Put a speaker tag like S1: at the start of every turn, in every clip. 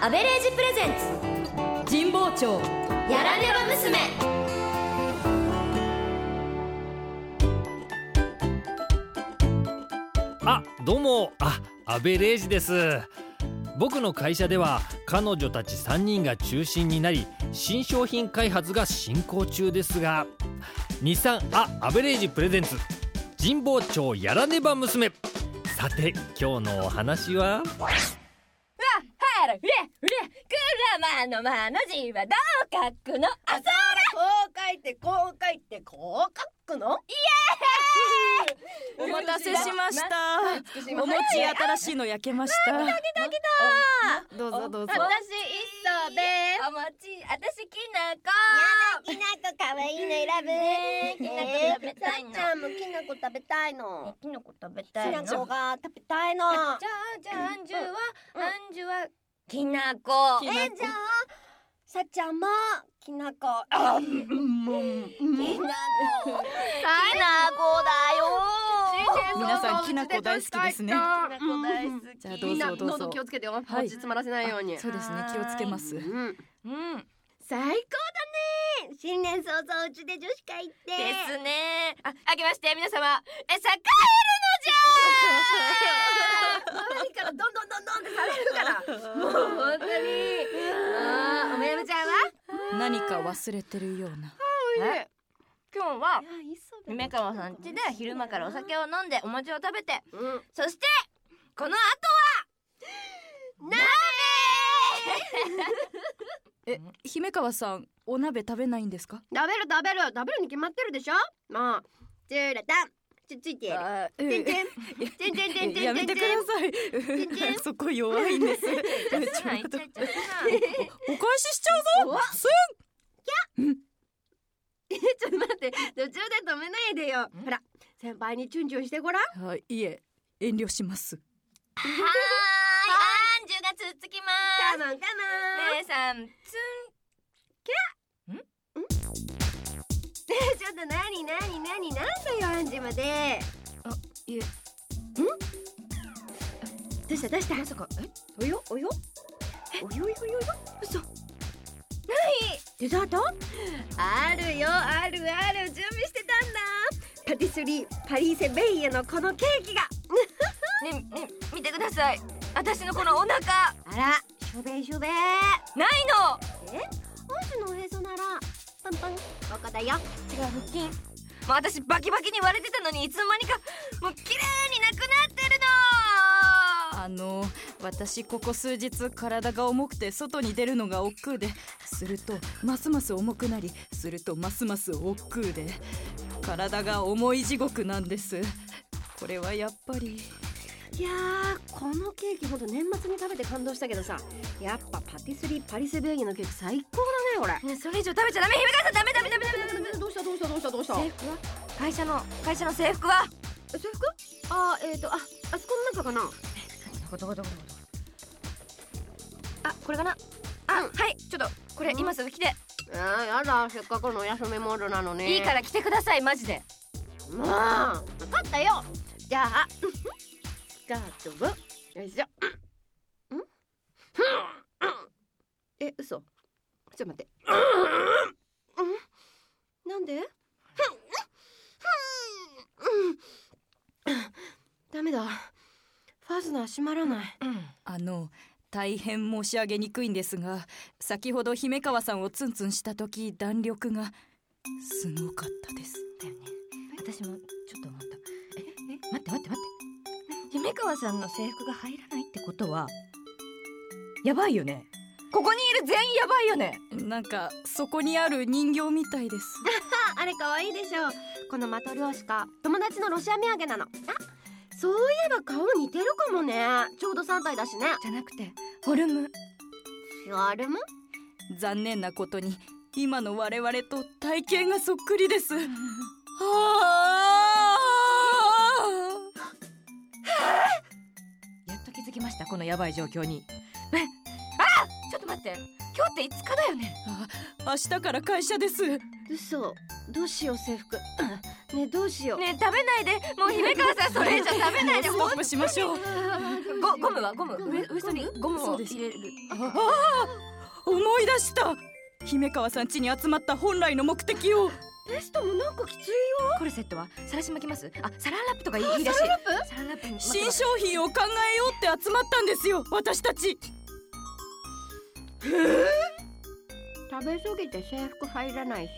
S1: アベレージプレゼンツ神保町やらねば娘
S2: あどうもあアベレージです僕の会社では彼女たち3人が中心になり新商品開発が進行中ですが日産あアベレージプレゼンツ神保町やらねば娘さて今日のお話は
S1: ハルレレクラマのマの字はどう書くのあ
S3: こう書いてこう書いてこう書くのイエーイ
S4: お待たせしました
S3: た
S4: お餅新しいの焼けましたどうぞどうぞ
S1: 私一層ですおもち私きなこ
S3: きなこかわいいの選ぶね
S1: きなこ食べたいの
S3: さっちゃんもきなこ食べたいの
S1: きのこ食べ
S3: き
S1: たいの
S3: なこが食べたいの
S1: じゃあじゃあアンジュはアンジュはきなこ
S4: き
S3: えー
S4: なこ
S3: じゃあさっちゃんもきなこあうんうんうん
S1: きなこ
S3: きなこだよ
S4: 皆さんきなこ大好きですね
S5: きなこ大好き。
S4: じゃあどうぞ
S5: みんな
S4: どうぞ
S5: 喉気をつけてよ。はいい。詰まらせないように。
S4: そうですね気をつけます
S5: うん。
S4: うん
S3: 最高だね新年早々うちで女子会行って
S1: ですねあ、あけまして皆様えさか
S5: 周りからどんどんどんどんっ
S1: 本当
S5: てされるから。
S1: にあーおめやめちゃんは
S4: 何か忘れてるような
S1: え今日はい
S3: や磯部
S1: 梅川さん家で昼間からお酒を飲んでお餅を食べて
S5: うん。
S1: そしてこの後は 鍋
S4: え姫川さんお鍋食べないんですか
S5: 食べる食べる食べるに決まってるでしょ。まあ。ジュラタン。つついてやる。
S4: あ
S5: てんて
S4: え
S5: ん。てんてんてんてんてん
S4: やめてください そこ弱いん です
S1: ちょっ
S4: ちょっと
S1: と
S4: お返ししちゃうぞす
S5: えちょっと待って。途中で止めないでよ。ほら。先輩にチュンチュンしてごらん。
S4: んはいいえ遠慮します
S1: はーい、アンジュがつっつきます。
S5: マンカ
S1: 姉さん、つ
S5: マン。ちょっとなになになになんだよアンジュまで。
S4: いえ
S5: どうしたどうした。まさか。およおよ。およおよおよ。嘘。ない。デザート？あるよあるある準備してたんだ。パティスリーパリーセベイエのこのケーキが。
S1: ん、ね、ね、見てください。私のこのお腹、
S5: あらしょべしょべ。
S1: ないの。
S3: 本州のおへそならパンパンここだよ
S1: 違う、腹筋。まあ、私バキバキに割れてたのに、いつの間にか、もう綺麗になくなってるの。
S4: あの私ここ数日体が重くて外に出るのが億劫でするとますます重くなりするとますます億劫で体が重い地獄なんですこれはやっぱり
S5: いやーこのケーキほんと年末に食べて感動したけどさやっぱパティスリーパリセベイエのケーキ最高だねこれ。
S1: ね、それ以上食べちゃダメ、姫川さん、ダメダメダメダメダメ。
S5: どうしたどうしたどうしたどうした
S1: 制服は会社の会社の制服は
S5: 制服あーえっ、ー、とああそこの中かな
S1: あこれかなあ、はいちょっとこれ今すぐ来て、
S5: えー、やだせっかくのお休みモールなのに
S1: いいから来てくださいマジで
S5: まあ分かったよじゃあ スカートをよいしょんんえ嘘ちょっと待ってうんなんでダメだファズナー閉まらない
S4: あの大変申し上げにくいんですが先ほど姫川さんをツンツンした時弾力がすごかったです
S1: だよね私もちょっと思ったえ待って待って待って姫川さんの制服が入らないってことはやばいよねここにいる全員やばいよね
S4: なんかそこにある人形みたいです
S5: ああれ可愛いでしょこのマトリョーシカ友達のロシア土産なのあそういえば顔似てるかもねちょうど3体だしね
S1: じゃなくてフォルム
S5: あれも
S4: 残念なことに今の我々と体型がそっくりです。はあ
S6: やっと気づきましたこのやばい状況に
S1: ちょっと待って今日って5日だよね
S4: あ明日から会社です。
S5: 嘘どうしよう制服ねどうしよう、
S1: ねえ食べないでもう姫川さん それ以上食べないで
S4: ストップしましょう
S1: ゴゴムはゴムウエウエストにゴム
S4: そ
S1: を
S4: うです
S1: 入れる
S4: 思い出した姫川さん家に集まった本来の目的を
S5: テストもなんかきついよ
S1: コルセットはさらし巻きますあサランラップとかいいいいらしいサランラップサランラップに巻けば
S4: 新商品を考えようって集まったんですよ私たち
S5: 食べ過ぎて制服入らないし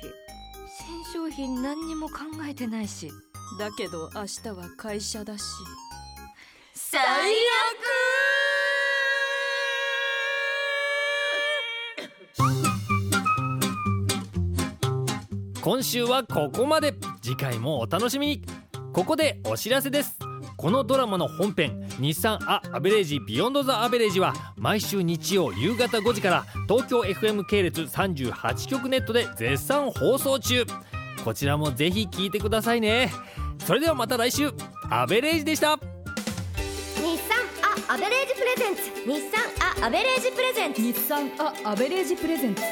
S1: 新商品何にも考えてないし
S4: だけど明日は会社だし
S1: 最
S2: 今週はここまで次回もお楽しみにここでお知らせですこのドラマの本編「日産ア・アベレージ・ビヨンド・ザ・アベレージ」は毎週日曜夕方5時から東京 FM 系列38局ネットで絶賛放送中こちらもぜひ聞いてくださいねそれではまた来週アベレージでした
S5: 日産アアベレージプレゼンツ日産アアベレージプレゼンツ
S6: 日産アアベレージプレゼンツ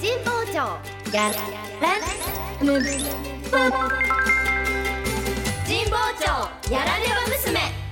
S5: 神保町やらね神保町やらねば娘